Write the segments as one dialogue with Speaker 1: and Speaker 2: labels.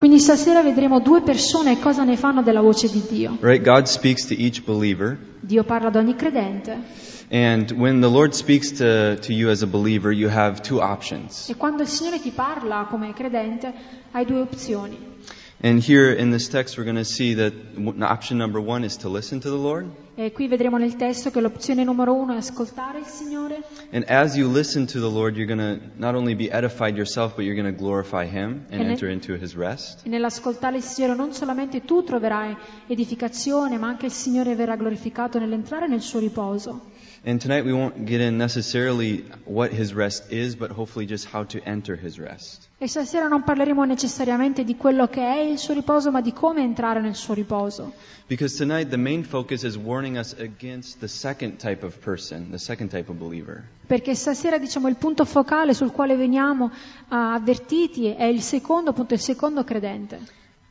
Speaker 1: Quindi stasera vedremo due persone e cosa ne fanno della voce di Dio.
Speaker 2: Right? God speaks to each believer.
Speaker 1: Dio parla ad ogni credente
Speaker 2: And when the Lord speaks to, to you as a believer, you have two options.
Speaker 1: e quando il Signore ti parla come credente hai due opzioni.
Speaker 2: And here in this text, we're going to see that w- option number one is to listen to the Lord.
Speaker 1: E qui vedremo nel testo che l'opzione numero uno è ascoltare il Signore
Speaker 2: And as you listen to the Lord, you're going to not only be edified yourself, but you're going to glorify Him and
Speaker 1: Amen.
Speaker 2: enter into His rest.
Speaker 1: e nell'ascoltare il Signore non solamente tu troverai edificazione, ma anche il Signore verrà glorificato nell'entrare nel suo riposo.
Speaker 2: And tonight, we won't get in necessarily what His rest is, but hopefully just how to enter His rest.
Speaker 1: E stasera non parleremo necessariamente di quello che è il suo riposo, ma di come entrare nel suo riposo.
Speaker 2: Because tonight, the main focus is warning us against the second type of person, the second type of believer.
Speaker 1: Perché stasera diciamo il punto focale sul quale veniamo ah, avvertiti è il secondo punto, il secondo credente.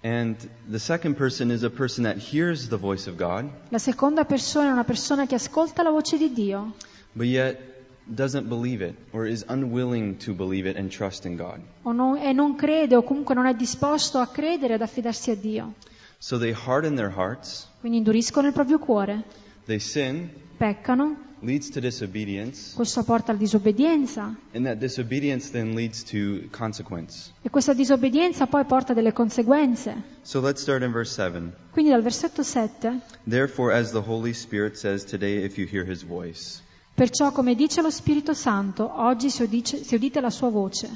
Speaker 2: And the second person is a person that hears the voice of God,
Speaker 1: La seconda persona è una persona che ascolta la voce di Dio,
Speaker 2: but yet doesn't believe it or is unwilling to believe it and trust in God.
Speaker 1: o non- e non crede o comunque non è disposto a credere ad affidarsi a Dio.
Speaker 2: So they harden their hearts,
Speaker 1: Quindi induriscono il proprio cuore,
Speaker 2: they sin,
Speaker 1: peccano,
Speaker 2: leads to disobedience,
Speaker 1: questo porta alla disobbedienza
Speaker 2: and that disobedience then leads to consequence.
Speaker 1: e questa disobbedienza poi porta delle conseguenze.
Speaker 2: So let's start in verse 7.
Speaker 1: Quindi dal versetto 7
Speaker 2: Therefore, as the Holy Spirit says today, if you hear his voice.
Speaker 1: Perciò, come dice lo Spirito Santo, oggi se, udice- se udite la sua voce.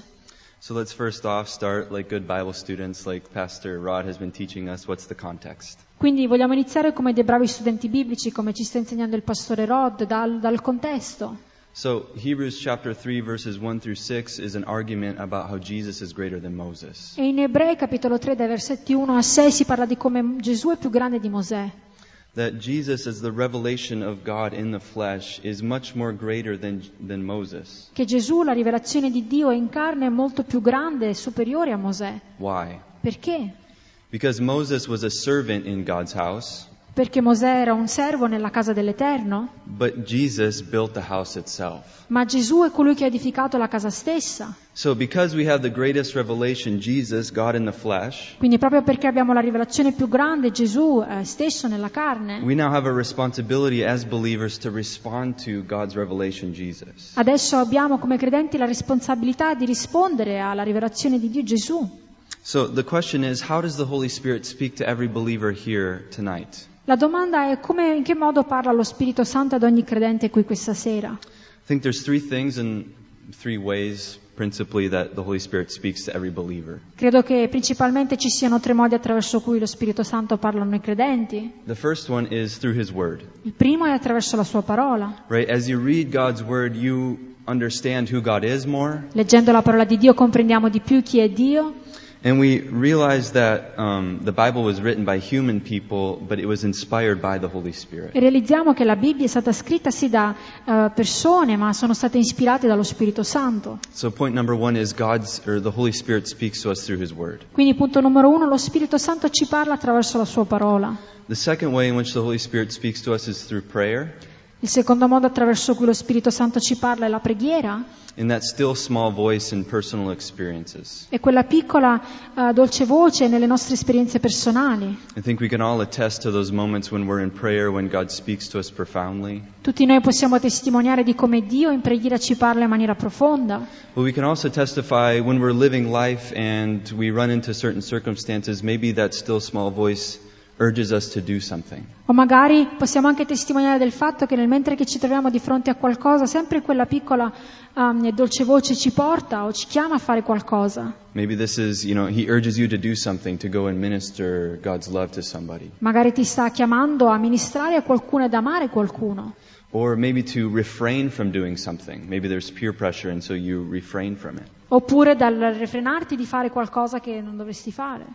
Speaker 2: So let's first off start like good Bible students, like Pastor Rod has been teaching us, what's the context?
Speaker 1: Quindi vogliamo iniziare come dei bravi studenti biblici, come ci sta insegnando il pastore Rod, dal, dal contesto.
Speaker 2: So, Hebrews chapter 3, verses 1 through 6 is an argument about how Jesus is greater than Moses.
Speaker 1: E in Ebrei capitolo 3, dai versetti 1 a 6, si parla di come Gesù è più grande di Mosè.
Speaker 2: That Jesus, as the revelation of God in the flesh, is much more greater than, than Moses.
Speaker 1: Che Gesù, la rivelazione di Dio in carne, è molto più grande e superiore a Mosè.
Speaker 2: Why?
Speaker 1: Perché?
Speaker 2: Because Moses was a servant in God's house,
Speaker 1: Perché Mosè era un servo nella casa dell'Eterno,
Speaker 2: but Jesus built the house itself.
Speaker 1: ma Gesù è colui che ha edificato la casa stessa.
Speaker 2: So, because we have the greatest revelation, Jesus, God in the flesh,
Speaker 1: Quindi proprio perché abbiamo la rivelazione più grande, Gesù eh, stesso nella carne,
Speaker 2: we now have a responsibility as believers to respond to God's revelation, Jesus.
Speaker 1: adesso abbiamo come credenti la responsabilità di rispondere alla rivelazione di Dio Gesù.
Speaker 2: So the question is, how does the Holy Spirit speak to every believer here tonight?
Speaker 1: La domanda è come, in che modo parla lo Spirito Santo ad ogni credente qui questa sera?
Speaker 2: I think there's three things and three ways, principally, that the Holy Spirit speaks to every believer.
Speaker 1: Credo che principalmente ci siano tre modi attraverso cui lo Spirito Santo parla a noi credenti.
Speaker 2: The first one is through His Word,
Speaker 1: Il primo è attraverso la sua parola.
Speaker 2: right? As you read God's Word, you understand who God is more,
Speaker 1: Leggendo la parola di Dio comprendiamo di più chi è Dio
Speaker 2: and we realize that um, the Bible was written by human people, but it was inspired by the Holy Spirit.
Speaker 1: e realizziamo che la Bibbia è stata scritta sì da eh, persone, ma sono state ispirate dallo Spirito Santo.
Speaker 2: So point number one is God's, or the Holy Spirit speaks to us through His Word.
Speaker 1: Quindi punto numero uno, lo Spirito Santo ci parla attraverso la sua parola.
Speaker 2: The second way in which the Holy Spirit speaks to us is through prayer.
Speaker 1: Il secondo modo attraverso cui lo Spirito Santo ci parla è la preghiera
Speaker 2: in that still small voice and personal experiences.
Speaker 1: è quella piccola eh, dolce voce nelle nostre esperienze personali.
Speaker 2: I think we can all attest to those moments when we're in prayer, when God speaks to us profoundly.
Speaker 1: Tutti noi possiamo testimoniare di come Dio in preghiera ci parla in maniera profonda,
Speaker 2: But we can also testify when we're living life and we run into certain circumstances, maybe that still small voice urges us to do something.
Speaker 1: o magari possiamo anche testimoniare del fatto che nel mentre che ci troviamo di fronte a qualcosa, sempre quella piccola ehm, dolce voce ci porta o ci chiama a fare qualcosa.
Speaker 2: Maybe this is, you know, He urges you to do something, to go and minister God's love to somebody.
Speaker 1: Magari ti sta chiamando a ministrare a qualcuno ed amare qualcuno.
Speaker 2: Or maybe to refrain from doing something. Maybe there's peer pressure and so you refrain from it.
Speaker 1: oppure dal refrenarti di fare qualcosa che non dovresti fare.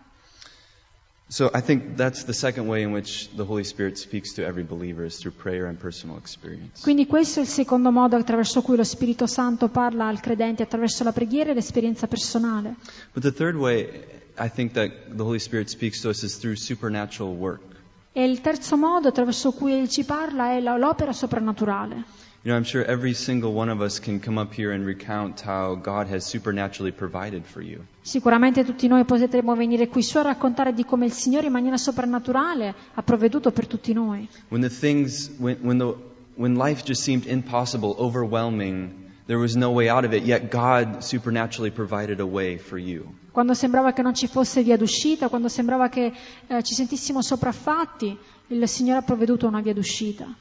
Speaker 2: So I think that's the second way in which the Holy Spirit speaks to every believer is through prayer and personal experience.
Speaker 1: Quindi questo è il secondo modo attraverso cui lo Spirito Santo parla al credente, attraverso la preghiera e l'esperienza personale.
Speaker 2: But the third way I think that the Holy Spirit speaks to us is through supernatural work.
Speaker 1: E il terzo modo attraverso cui ci parla è la- l'opera soprannaturale.
Speaker 2: You know, I'm sure every single one of us can come up here and recount how God has supernaturally provided for you.
Speaker 1: Sicuramente tutti noi potremo venire qui su a raccontare di come il Signore in maniera soprannaturale ha provveduto per tutti noi.
Speaker 2: When the things, when, when, the, when life just seemed impossible, overwhelming, there was no way out of it, yet God supernaturally provided a way for you.
Speaker 1: Quando sembrava che non ci fosse via d'uscita, quando sembrava che eh, ci sentissimo sopraffatti, il Signore ha provveduto una via d'uscita.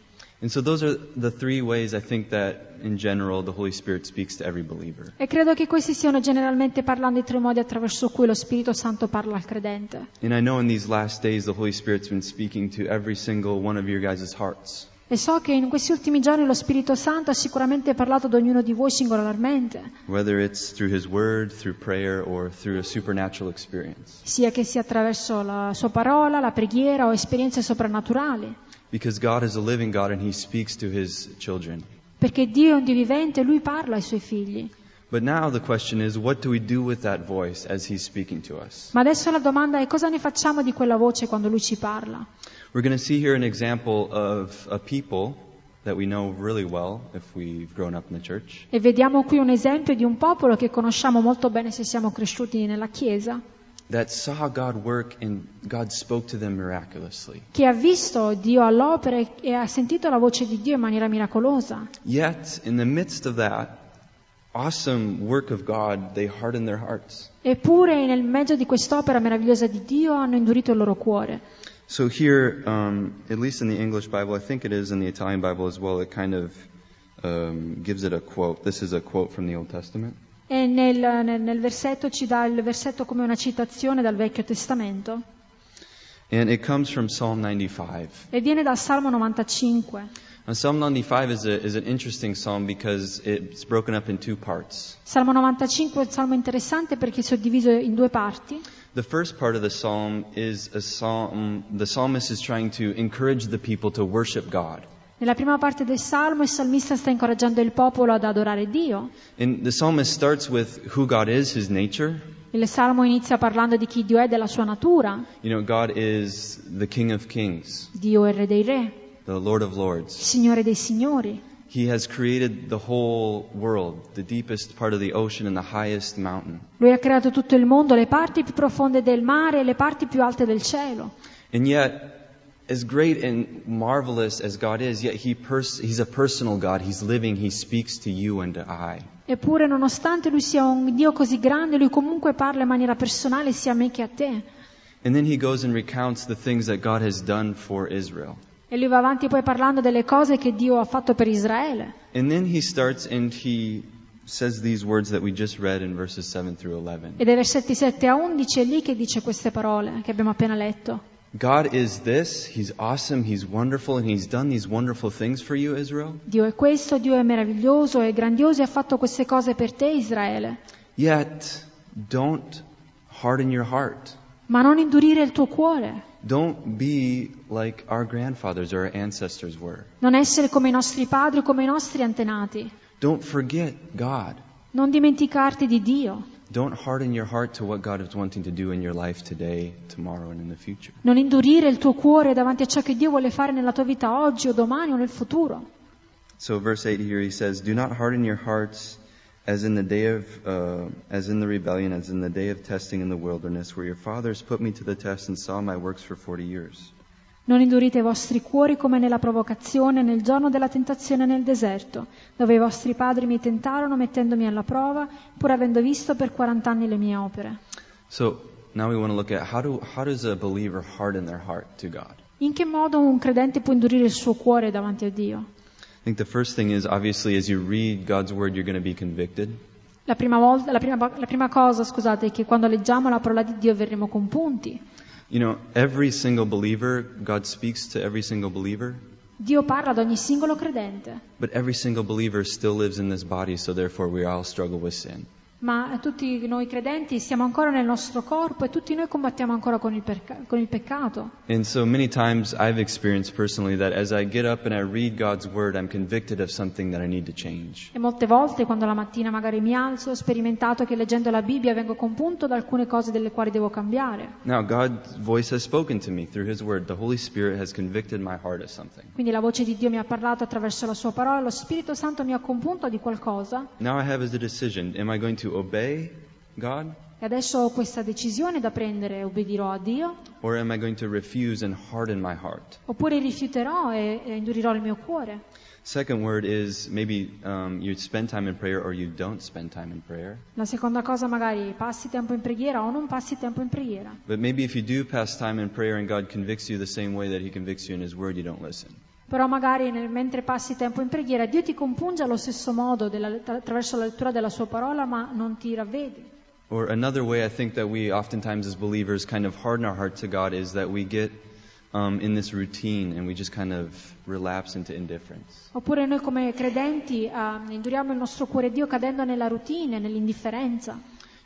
Speaker 2: And so those are the three ways I think that in general the Holy Spirit speaks to every believer.
Speaker 1: E credo che questi siano generalmente parlando i tre modi attraverso cui lo Spirito Santo parla al credente.
Speaker 2: And I know in these last days the Holy Spirit's been speaking to every single one of your guys' hearts.
Speaker 1: E so che in questi ultimi giorni lo Spirito Santo ha sicuramente parlato ad ognuno di voi singolarmente,
Speaker 2: whether it's through His Word, through prayer, or through a supernatural experience.
Speaker 1: sia che sia attraverso la sua parola, la preghiera o esperienze soprannaturali.
Speaker 2: Because God is a living God and He speaks to His children.
Speaker 1: Perché Dio è un Dio vivente e Lui parla ai Suoi figli.
Speaker 2: But now the question is, what do we do with that voice as He's speaking to us?
Speaker 1: Ma adesso la domanda è cosa ne facciamo di quella voce quando Lui ci parla?
Speaker 2: We're going to see here an example of a people that we know really well if we've grown up in the church.
Speaker 1: E vediamo qui un esempio di un popolo che conosciamo molto bene se siamo cresciuti nella Chiesa,
Speaker 2: that saw God work and God spoke to them miraculously.
Speaker 1: che ha visto Dio all'opera e- e ha sentito la voce di Dio in maniera miracolosa.
Speaker 2: Yet, in the midst of that awesome work of God, they hardened their hearts.
Speaker 1: Eppure nel mezzo di quest'opera meravigliosa di Dio hanno indurito il loro cuore.
Speaker 2: So here, um, at least in the English Bible, I think it is in the Italian Bible as well, it kind of um, gives it a quote. This is a quote from the Old Testament.
Speaker 1: E nel, nel- nel versetto ci dà il versetto come una citazione dal Vecchio Testamento
Speaker 2: And it comes from Psalm 95.
Speaker 1: e viene dal Salmo 95.
Speaker 2: Now, Psalm 95 is, a, is an interesting psalm because it's broken up in two parts.
Speaker 1: Salmo 95 è un salmo interessante perché è suddiviso in due parti.
Speaker 2: The first part of the psalm is a psalm, the psalmist is trying to encourage the people to worship God.
Speaker 1: Nella prima parte del salmo il salmista sta incoraggiando il popolo ad adorare Dio.
Speaker 2: And the psalmist starts with who God is, his nature.
Speaker 1: Il salmo inizia parlando di chi Dio è, della sua natura.
Speaker 2: You know, God is the King of Kings,
Speaker 1: Dio è il Re dei Re,
Speaker 2: the Lord of Lords.
Speaker 1: il Signore dei Signori.
Speaker 2: He has created the whole world, the deepest part of the ocean and the highest mountain.
Speaker 1: Lui ha creato tutto il mondo, le parti più profonde del mare e le parti più alte del cielo.
Speaker 2: And yet, as great and marvelous as God is, yet he pers- He's a personal God. He's living. He speaks to you and to I.
Speaker 1: Eppure, nonostante lui sia un Dio così grande, lui comunque parla in maniera personale sia a me che a te.
Speaker 2: And then he goes and recounts the things that God has done for Israel.
Speaker 1: E lui va avanti poi parlando delle cose che Dio ha fatto per Israele.
Speaker 2: And then he starts and he says these words that we just read in verses 7 through 11.
Speaker 1: E dai versetti 7 a 11 è lì che dice queste parole che abbiamo appena letto.
Speaker 2: God is this. He's awesome. He's wonderful. And he's done these wonderful things for you, Israel.
Speaker 1: Dio è questo, Dio è meraviglioso, è grandioso e ha fatto queste cose per te, Israele.
Speaker 2: Yet, don't harden your heart.
Speaker 1: Ma non indurire il tuo cuore.
Speaker 2: Don't be like our grandfathers or our ancestors were.
Speaker 1: Non essere come i nostri padri, come i nostri antenati.
Speaker 2: Don't forget God.
Speaker 1: Non dimenticarti di Dio.
Speaker 2: Don't harden your heart to what God is wanting to do in your life today, tomorrow, and in the future.
Speaker 1: Non indurire il tuo cuore davanti a ciò che Dio vuole fare nella tua vita oggi o domani o nel futuro.
Speaker 2: So, verse 8 here, he says, Do not harden your hearts as in the day of, uh, as in the rebellion, as in the day of testing in the wilderness, where your fathers put me to the test and saw my works for 40 years.
Speaker 1: Non indurite i vostri cuori come nella provocazione nel giorno della tentazione nel deserto, dove i vostri padri mi tentarono mettendomi alla prova, pur avendo visto per 40 anni le mie opere.
Speaker 2: So, now we want to look at how, do, how does a believer harden their heart to God?
Speaker 1: In che modo un credente può indurire il suo cuore davanti a Dio?
Speaker 2: I think the first thing is obviously as you read God's word, you're going to be convicted.
Speaker 1: La prima, volta- la prima- la prima cosa, scusate, è che quando leggiamo la parola di Dio verremo compunti.
Speaker 2: You know, every single believer, God speaks to every single believer,
Speaker 1: Dio parla ad ogni singolo credente,
Speaker 2: but every single believer still lives in this body, so therefore we all struggle with sin.
Speaker 1: ma tutti noi credenti siamo ancora nel nostro corpo e tutti noi combattiamo ancora con il, perca- con il peccato.
Speaker 2: And so many times I've experienced personally that as I get up and I read God's word, I'm convicted of something that I need to change.
Speaker 1: E molte volte, quando la mattina magari mi alzo, ho sperimentato che leggendo la Bibbia vengo compunto da alcune cose delle quali devo cambiare.
Speaker 2: Now, God's voice has spoken to me through His word. The Holy Spirit has convicted my heart of something.
Speaker 1: Quindi la voce di Dio mi ha parlato attraverso la sua parola, lo Spirito Santo mi ha compunto di qualcosa
Speaker 2: Now I have is a decision. Am I going to obey God
Speaker 1: e adesso ho questa decisione da prendere, obbedirò a Dio,
Speaker 2: or am I going to refuse and harden my heart?
Speaker 1: oppure rifiuterò e, e indurirò il mio cuore.
Speaker 2: Second word is maybe um, you spend time in prayer or you don't spend time in prayer.
Speaker 1: La seconda cosa magari passi tempo in preghiera o non passi tempo in preghiera.
Speaker 2: But maybe if you do pass time in prayer and God convicts you the same way that He convicts you in His word, you don't listen.
Speaker 1: Però magari nel- mentre passi tempo in preghiera Dio ti compunge allo stesso modo della- tra- attraverso la lettura della sua parola ma non ti ravvedi.
Speaker 2: Or another way I think that we oftentimes as believers kind of harden our heart to God is that we get um, in this routine and we just kind of relapse into indifference.
Speaker 1: Oppure noi come credenti eh, induriamo il nostro cuore a Dio cadendo nella routine, nell'indifferenza.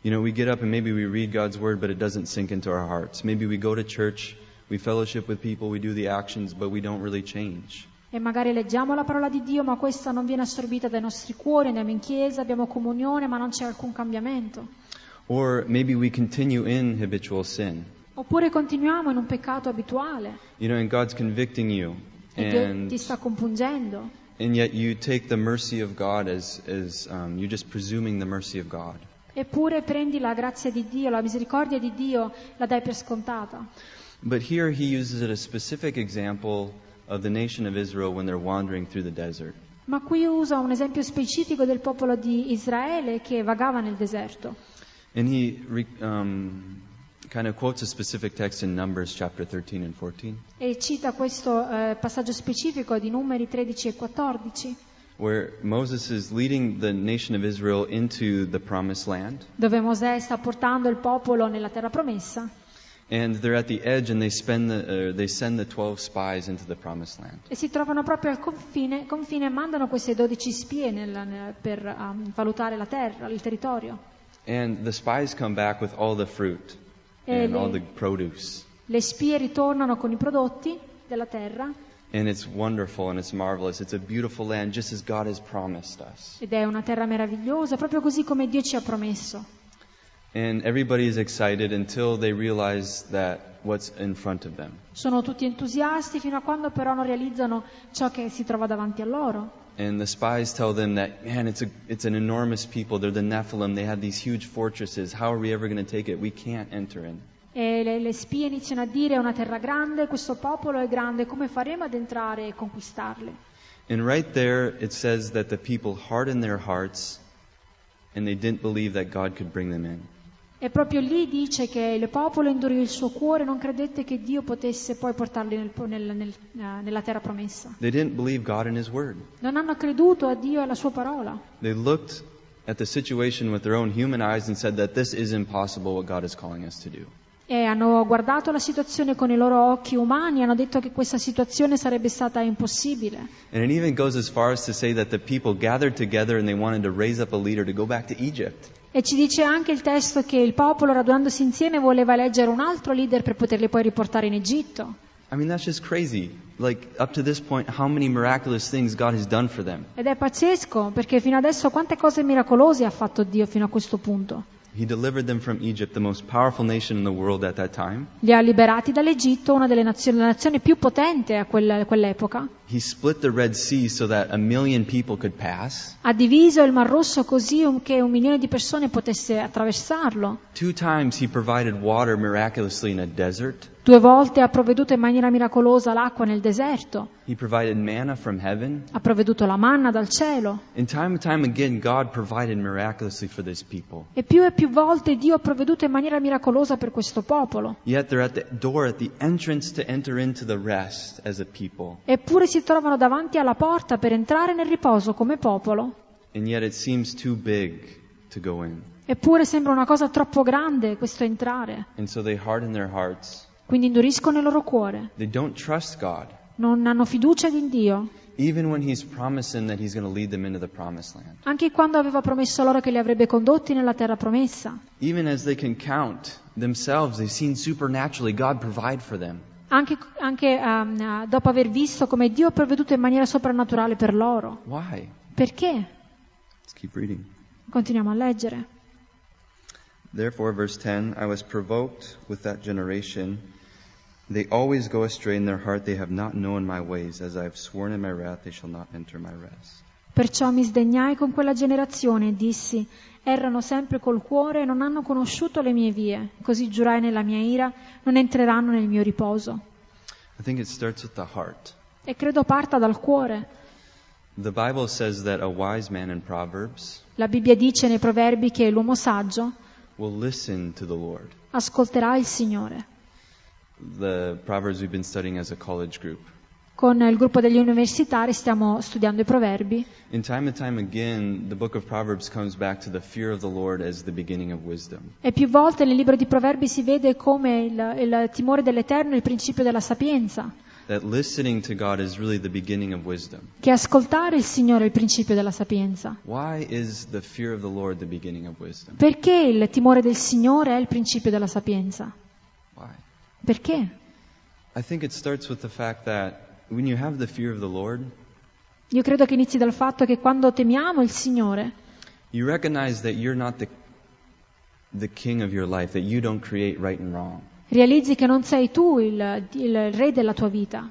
Speaker 2: You know, we get up and maybe we read God's word, but it doesn't sink into our hearts. Maybe we go to church, we fellowship with people, we do the actions, but we don't really change.
Speaker 1: E magari leggiamo la parola di Dio ma questa non viene assorbita dai nostri cuori, andiamo in chiesa, abbiamo comunione ma non c'è alcun cambiamento.
Speaker 2: Or maybe we continue in habitual sin.
Speaker 1: Oppure continuiamo in un peccato abituale
Speaker 2: You know, and God's convicting you.
Speaker 1: e Dio ti
Speaker 2: And,
Speaker 1: sta compungendo.
Speaker 2: and yet you take the mercy of God as, as um, you're just presuming the mercy of God.
Speaker 1: Eppure prendi la grazia di Dio, la misericordia di Dio, la dai per scontata.
Speaker 2: But here he uses it a specific example of the nation of Israel when they're wandering through the desert.
Speaker 1: Ma qui usa un esempio specifico del popolo di Israele che vagava nel deserto.
Speaker 2: And he re, um, kind of quotes a specific text in Numbers chapter 13 and 14.
Speaker 1: E cita questo eh, passaggio specifico di numeri 13 e 14,
Speaker 2: where Moses is leading the nation of Israel into the promised land.
Speaker 1: dove Mosè sta portando il popolo nella terra promessa
Speaker 2: And they're at the edge and they, spend the, uh, they send the 12 spies into the promised land.
Speaker 1: e si trovano proprio al confine, confine e mandano queste 12 spie nel- nel- per ehm, valutare la terra, il territorio.
Speaker 2: And the spies come back with all the fruit and
Speaker 1: Eh,
Speaker 2: all
Speaker 1: le-
Speaker 2: the produce.
Speaker 1: Le spie ritornano con i prodotti della terra
Speaker 2: And it's wonderful and it's marvelous. It's a beautiful land just as God has promised us.
Speaker 1: Ed è una terra meravigliosa, proprio così come Dio ci ha promesso.
Speaker 2: And everybody is excited until they realize that what's in front of them.
Speaker 1: Sono tutti entusiasti fino a quando però non realizzano ciò che si trova davanti a loro.
Speaker 2: And the spies tell them that, man, it's, a, it's an enormous people. They're the Nephilim. They have these huge fortresses. How are we ever going to take it? We can't enter in.
Speaker 1: E le, le spie iniziano a dire è una terra grande, questo popolo è grande, come faremo ad entrare e conquistarle?
Speaker 2: And right there, it says that the people hardened their hearts and they didn't believe that God could bring them in.
Speaker 1: E proprio lì dice che il popolo indurì il suo cuore, non credette che Dio potesse poi portarli nel po- nel- nel- eh, nella terra promessa.
Speaker 2: They didn't believe God and His Word.
Speaker 1: Non hanno creduto a Dio e alla sua parola.
Speaker 2: They looked at the situation with their own human eyes and said that this is impossible what God is calling us to do.
Speaker 1: E hanno guardato la situazione con i loro occhi umani, hanno detto che questa situazione sarebbe stata impossibile.
Speaker 2: And it even goes as far as to say that the people gathered together and they wanted to raise up a leader to go back to Egypt.
Speaker 1: E ci dice anche il testo che il popolo, radunandosi insieme, voleva eleggere un altro leader per poterli poi riportare in Egitto.
Speaker 2: I mean, that's just crazy. Like, up to this point, how many miraculous things God has done for them.
Speaker 1: Ed è pazzesco, perché fino adesso quante cose miracolose ha fatto Dio fino a questo punto.
Speaker 2: He delivered them from Egypt, the most powerful nation in the world at that time.
Speaker 1: Li ha liberati dall'Egitto, una delle nazioni, la nazione più potente a quel- quell'epoca.
Speaker 2: He split the Red Sea so that a million people could pass.
Speaker 1: Ha diviso il Mar Rosso così un- che un milione di persone potesse attraversarlo.
Speaker 2: Two times he provided water miraculously in a desert.
Speaker 1: Due volte ha provveduto in maniera miracolosa l'acqua nel deserto.
Speaker 2: He provided manna from heaven.
Speaker 1: ha provveduto la manna dal cielo
Speaker 2: And time and time again, God provided miraculously for this people.
Speaker 1: e più e più volte Dio ha provveduto in maniera miracolosa per questo popolo.
Speaker 2: Yet they're at the door, at the entrance to enter into the rest as a people.
Speaker 1: Eppure si trovano davanti alla porta per entrare nel riposo come popolo.
Speaker 2: And yet it seems too big to go in.
Speaker 1: Eppure sembra una cosa troppo grande questo entrare.
Speaker 2: And so they harden their hearts
Speaker 1: Quindi induriscono il loro cuore.
Speaker 2: They don't trust God.
Speaker 1: Non hanno fiducia in Dio.
Speaker 2: even when he's promising that he's going to lead them into the promised land.
Speaker 1: anche quando aveva promesso loro che li avrebbe condotti nella terra promessa.
Speaker 2: Even as they can count themselves, they've seen supernaturally God provide for them.
Speaker 1: Anche, anche, ehm, eh, dopo aver visto come Dio ha provveduto in maniera soprannaturale per loro.
Speaker 2: Why?
Speaker 1: Perché?
Speaker 2: Let's keep reading.
Speaker 1: Continuiamo a leggere.
Speaker 2: Therefore, verse 10 I was provoked with that generation. They always go astray in their heart. They have not known my ways. As I have sworn in my wrath, they shall not enter my rest.
Speaker 1: Perciò mi sdegnai con quella generazione e dissi, errano sempre col cuore e non hanno conosciuto le mie vie, così giurai nella mia ira, non entreranno nel mio riposo.
Speaker 2: I think it starts with the heart.
Speaker 1: E credo parta dal cuore.
Speaker 2: The Bible says that a wise man in Proverbs
Speaker 1: La Bibbia dice nei proverbi che l'uomo saggio
Speaker 2: will listen to the Lord.
Speaker 1: ascolterà il Signore.
Speaker 2: The Proverbs we've been studying as a college group.
Speaker 1: Con il gruppo degli universitari stiamo studiando i proverbi
Speaker 2: And time and time again, the book of Proverbs comes back to the fear of the Lord as the beginning of wisdom.
Speaker 1: E più volte nel libro di Proverbi si vede come il, il timore dell'Eterno è il principio della sapienza,
Speaker 2: That listening to God is really the beginning of wisdom.
Speaker 1: che ascoltare il Signore è il principio della sapienza.
Speaker 2: Why is the fear of the Lord the beginning of wisdom?
Speaker 1: Perché il timore del Signore è il principio della sapienza?
Speaker 2: Why?
Speaker 1: Perché?
Speaker 2: I think it starts with the fact that when you have the fear of the Lord,
Speaker 1: Io credo che inizi dal fatto che quando temiamo il Signore
Speaker 2: you recognize that you're not the, the king of your life, that you don't create right and wrong.
Speaker 1: realizzi che non sei tu il, il re della tua vita,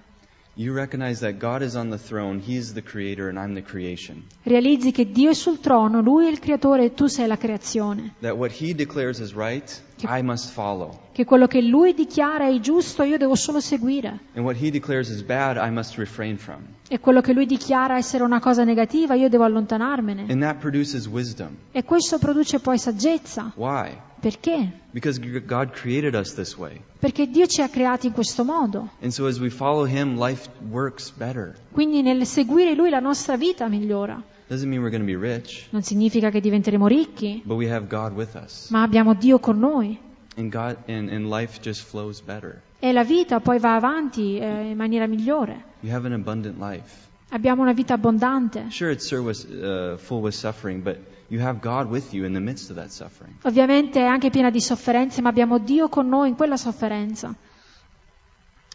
Speaker 2: You recognize that God is on the throne, He is the creator, and I'm the creation.
Speaker 1: realizzi che Dio è sul trono, Lui è il creatore e tu sei la creazione,
Speaker 2: That what He declares is right, I must follow.
Speaker 1: che quello che Lui dichiara è giusto io devo solo seguire.
Speaker 2: And what He declares is bad, I must refrain from.
Speaker 1: E quello che lui dichiara essere una cosa negativa, io devo allontanarmene.
Speaker 2: And that produces wisdom.
Speaker 1: E questo produce poi saggezza.
Speaker 2: Why?
Speaker 1: Perché?
Speaker 2: Because g- God created us this way.
Speaker 1: Perché Dio ci ha creati in questo modo.
Speaker 2: And so as we follow Him, life works better.
Speaker 1: Quindi nel seguire lui la nostra vita migliora.
Speaker 2: Doesn't mean we're going to be rich,
Speaker 1: Non significa che diventeremo ricchi,
Speaker 2: but we have God with us.
Speaker 1: ma abbiamo Dio con noi.
Speaker 2: And God and, and life just flows better.
Speaker 1: E la vita poi va avanti eh, in maniera migliore.
Speaker 2: You have an abundant life.
Speaker 1: Abbiamo una vita abbondante.
Speaker 2: Sure, it's sure with, uh, full with suffering, but you have God with you in the midst of that suffering.
Speaker 1: Ovviamente è anche piena di sofferenze, ma abbiamo Dio con noi in quella sofferenza.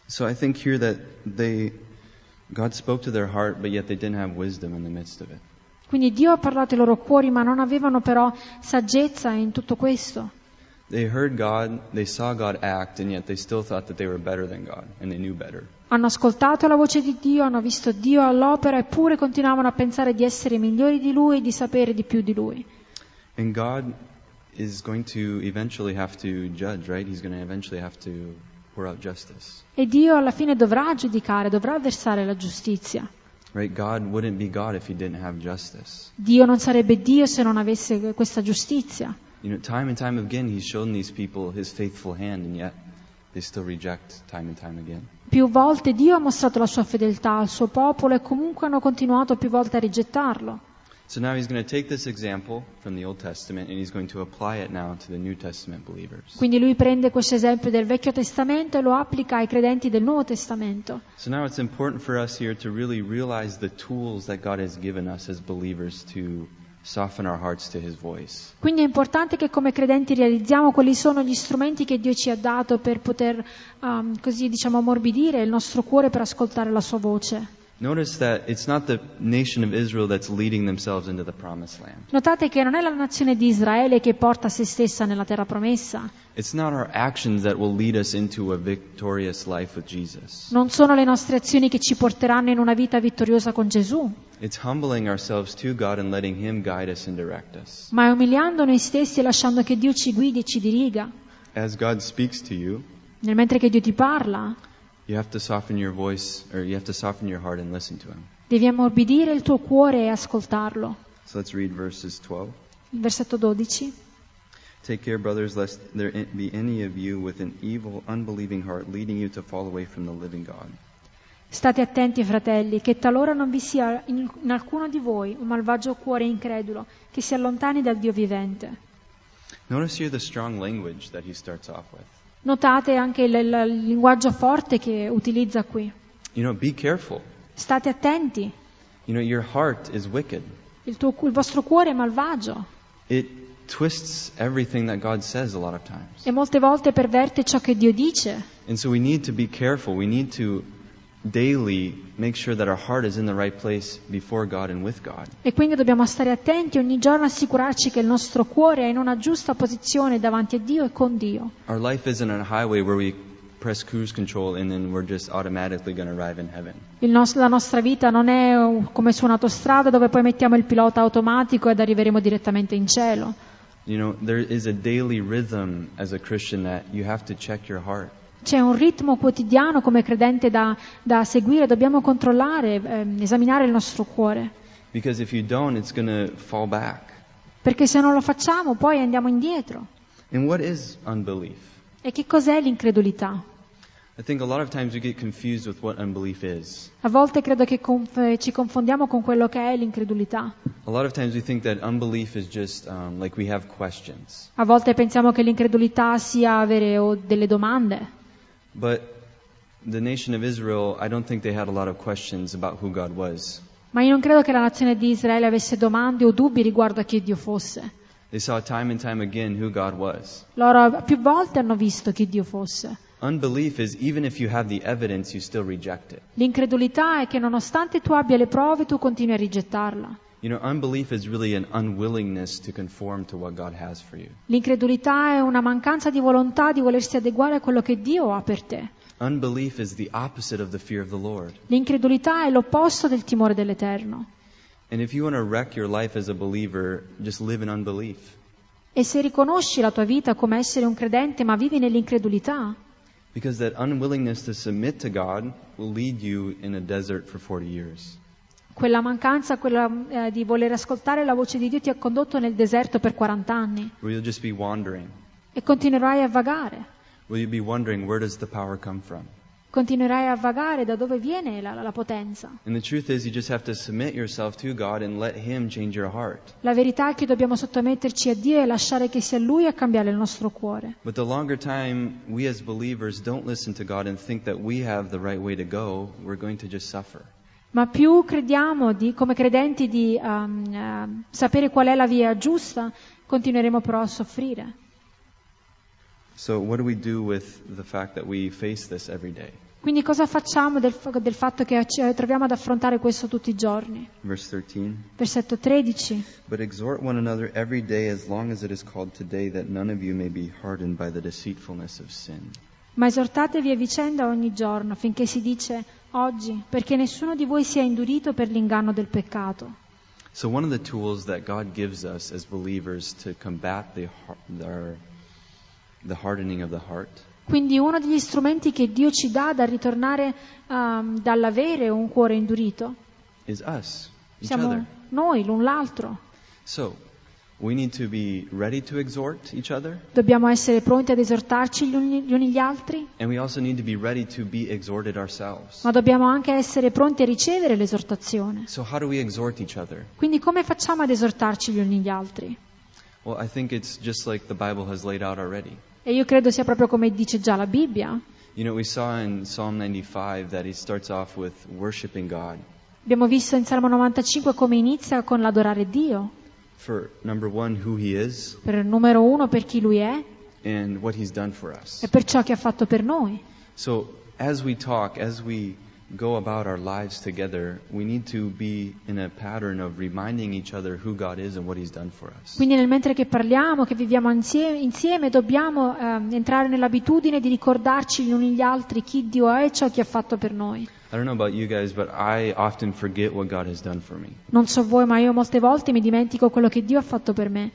Speaker 2: So I think here that they, God spoke to their heart, but yet they didn't have wisdom in the midst of it.
Speaker 1: Quindi Dio ha parlato ai loro cuori, ma non avevano però saggezza in tutto questo.
Speaker 2: They heard God, they saw God act, and yet they still thought that they were better than God, and they knew better.
Speaker 1: Hanno ascoltato la voce di Dio, hanno visto Dio all'opera eppure continuavano a pensare di essere migliori di Lui e di sapere di più di Lui.
Speaker 2: And God is going to eventually have to judge, right? He's going to eventually have to pour out justice.
Speaker 1: E Dio alla fine dovrà giudicare, dovrà versare la giustizia.
Speaker 2: Right? God wouldn't be God if he didn't have justice.
Speaker 1: Dio non sarebbe Dio se non avesse questa giustizia.
Speaker 2: You know, time and time again, he's shown these people his faithful hand, and yet they still reject time and time again.
Speaker 1: Più volte Dio ha mostrato la sua fedeltà al suo popolo e comunque hanno continuato più volte a rigettarlo.
Speaker 2: So now he's going to take this example from the Old Testament and he's going to apply it now to the New Testament believers.
Speaker 1: Quindi lui prende questo esempio del Vecchio Testamento e lo applica ai credenti del Nuovo Testamento.
Speaker 2: So now it's important for us here to really realize the tools that God has given us as believers to soften our hearts to his voice.
Speaker 1: Quindi è importante che come credenti realizziamo quali sono gli strumenti che Dio ci ha dato per poter, ehm, così diciamo, ammorbidire il nostro cuore per ascoltare la sua voce.
Speaker 2: Notice that it's not the nation of Israel that's leading themselves into the promised land.
Speaker 1: Notate che non è la nazione di Israele che porta se stessa nella terra promessa,
Speaker 2: It's not our actions that will lead us into a victorious life with Jesus.
Speaker 1: non sono le nostre azioni che ci porteranno in una vita vittoriosa con Gesù,
Speaker 2: It's humbling ourselves to God and letting Him guide us and direct us.
Speaker 1: ma è umiliando noi stessi e lasciando che Dio ci guidi e ci diriga.
Speaker 2: As God speaks to you,
Speaker 1: Nel mentre che Dio ti parla,
Speaker 2: you have to soften your voice, or you have to soften your heart and listen to Him.
Speaker 1: devi ammorbidire il tuo cuore e ascoltarlo.
Speaker 2: So let's read verses 12.
Speaker 1: Il versetto 12.
Speaker 2: Take care, brothers, lest there be any of you with an evil, unbelieving heart leading you to fall away from the living God.
Speaker 1: State attenti, fratelli, che talora non vi sia in in alcuno di voi un malvagio cuore incredulo che si allontani dal Dio vivente.
Speaker 2: Notice here the strong language that He starts off with.
Speaker 1: Notate anche il, il linguaggio forte che utilizza qui.
Speaker 2: You know, be careful.
Speaker 1: State attenti,
Speaker 2: You know, your heart is wicked.
Speaker 1: Il, tuo- il vostro cuore è malvagio
Speaker 2: It twists everything that God says a lot of times.
Speaker 1: e molte volte perverte ciò che Dio dice.
Speaker 2: And so we need to be careful. We need to daily make sure that our heart is in the right place before God and with God.
Speaker 1: E quindi dobbiamo stare attenti ogni giorno, assicurarci che il nostro cuore è in una giusta posizione davanti a Dio e con Dio.
Speaker 2: Our life isn't a highway where we press cruise control and then we're just automatically going to arrive in heaven.
Speaker 1: Il nos- la nostra vita non è uh, come su un'autostrada dove poi mettiamo il pilota automatico ed arriveremo direttamente in cielo.
Speaker 2: You know, there is a daily rhythm as a Christian that you have to check your heart.
Speaker 1: C'è un ritmo quotidiano come credente da, da seguire, dobbiamo controllare, ehm, esaminare il nostro cuore,
Speaker 2: Because if you don't, it's going to fall back.
Speaker 1: perché se non lo facciamo poi andiamo indietro.
Speaker 2: And what is unbelief?
Speaker 1: E che cos'è l'incredulità?
Speaker 2: I think a lot of times we get confused with what unbelief is.
Speaker 1: A volte credo che conf- eh, ci confondiamo con quello che è l'incredulità.
Speaker 2: A lot of times we think that unbelief is just um, like we have questions.
Speaker 1: A volte pensiamo che l'incredulità sia avere o delle domande.
Speaker 2: But the nation of Israel, I don't think they had a lot of questions about who God was.
Speaker 1: Ma io non credo che la nazione di Israele avesse domande o dubbi riguardo a chi Dio fosse.
Speaker 2: They saw time and time again who God was.
Speaker 1: Loro più volte hanno visto chi Dio fosse.
Speaker 2: Unbelief is even if you have the evidence, you still reject it.
Speaker 1: L'incredulità è che nonostante tu abbia le prove, tu continui a rigettarla.
Speaker 2: You know, unbelief is really an unwillingness to conform to what God has for you.
Speaker 1: L'incredulità è una mancanza di volontà di volersi adeguare a quello che Dio ha per te.
Speaker 2: Unbelief is the opposite of the fear of the Lord.
Speaker 1: L'incredulità è l'opposto del timore dell'Eterno.
Speaker 2: And if you want to wreck your life as a believer, just live in unbelief.
Speaker 1: E se riconosci la tua vita come essere un credente ma vivi nell'incredulità,
Speaker 2: Because that unwillingness to submit to God will lead you in a desert for 40 years.
Speaker 1: quella mancanza, quella eh, di voler ascoltare la voce di Dio ti ha condotto nel deserto per 40 anni
Speaker 2: Where you'll just be wandering.
Speaker 1: e continuerai a vagare.
Speaker 2: Where you'll be wondering, where does the power come from?
Speaker 1: Continuerai a vagare da dove viene la- la potenza.
Speaker 2: And the truth is, you just have to submit yourself to God and let Him change your heart.
Speaker 1: La verità è che dobbiamo sottometterci a Dio e lasciare che sia Lui a cambiare il nostro cuore.
Speaker 2: But the longer time we as believers don't listen to God and think that we have the right way to go, we're going to just suffer.
Speaker 1: Ma più crediamo di- come credenti di ehm, ehm, sapere qual è la via giusta, continueremo però a soffrire.
Speaker 2: So, what do we do with the fact that we face this every day?
Speaker 1: Quindi cosa facciamo del, fa- del fatto che ci eh, troviamo ad affrontare questo tutti i giorni?
Speaker 2: Verse 13.
Speaker 1: Versetto 13.
Speaker 2: But exhort one another every day as long as it is called today, that none of you may be hardened by the deceitfulness of sin.
Speaker 1: Ma esortatevi a vicenda ogni giorno, finché si dice oggi, perché nessuno di voi sia indurito per l'inganno del peccato.
Speaker 2: So, one of the tools that God gives us as believers to combat the, har- our, the hardening of the heart
Speaker 1: Quindi uno degli strumenti che Dio ci dà da ritornare ehm, dall'avere un cuore indurito
Speaker 2: is us, each
Speaker 1: siamo
Speaker 2: other.
Speaker 1: noi l'un l'altro.
Speaker 2: So, we need to be ready to exhort each other,
Speaker 1: Dobbiamo essere pronti ad esortarci gli uni, gli uni gli altri,
Speaker 2: and we also need to be ready to be exhorted ourselves.
Speaker 1: ma dobbiamo anche essere pronti a ricevere l'esortazione.
Speaker 2: So, how do we exhort each other?
Speaker 1: Quindi come facciamo ad esortarci gli uni gli altri?
Speaker 2: Well, I think it's just like the Bible has laid out already.
Speaker 1: E io credo sia proprio come dice già la Bibbia.
Speaker 2: You know, we saw in Psalm 95 that he starts off with worshiping God
Speaker 1: Abbiamo visto in Salmo 95 come inizia con l'adorare Dio,
Speaker 2: for number one, who he is
Speaker 1: per il numero uno per chi Lui è
Speaker 2: and what he's done for us.
Speaker 1: e per ciò che ha fatto per noi.
Speaker 2: So, as we talk, as we go about our lives together, we need to be in a pattern of reminding each other who God is and what he's done for us.
Speaker 1: Quindi nel mentre che parliamo, che viviamo insie- insieme, dobbiamo ehm, entrare nell'abitudine di ricordarci gli uni gli altri chi Dio è e ciò che ha fatto per noi.
Speaker 2: I don't know about you guys, but I often forget what God has done for me.
Speaker 1: Non so voi, ma io molte volte mi dimentico quello che Dio ha fatto per me.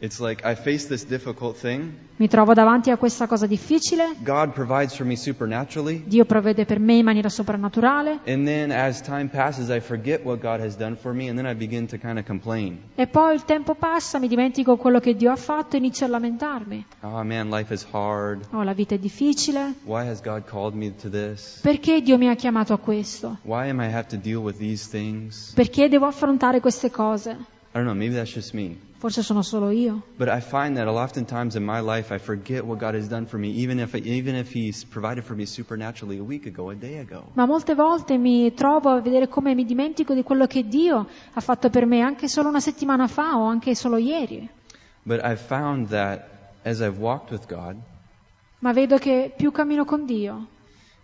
Speaker 2: It's like I face this difficult thing.
Speaker 1: Mi trovo davanti a questa cosa difficile,
Speaker 2: God provides for me supernaturally.
Speaker 1: Dio provvede per me in maniera soprannaturale
Speaker 2: And then as time passes, I forget what God has done for me, and then I begin to kind of complain.
Speaker 1: e poi il tempo passa, mi dimentico quello che Dio ha fatto e inizio a lamentarmi.
Speaker 2: Oh man, life is hard.
Speaker 1: Oh, la vita è difficile.
Speaker 2: Why has God called me to this?
Speaker 1: Perché Dio mi ha chiamato a questo?
Speaker 2: Why am I have to deal with these things?
Speaker 1: Perché devo affrontare queste cose?
Speaker 2: I don't know, maybe that's just me.
Speaker 1: Forse sono solo io,
Speaker 2: But I find that a lot oftentimes in my life I forget what God has done for me, even if even if He's provided for me supernaturally a week ago, a day ago.
Speaker 1: ma molte volte mi trovo a vedere come mi dimentico di quello che Dio ha fatto per me anche solo una settimana fa o anche solo ieri.
Speaker 2: But I've found that as I've walked with God,
Speaker 1: Ma vedo che più cammino con Dio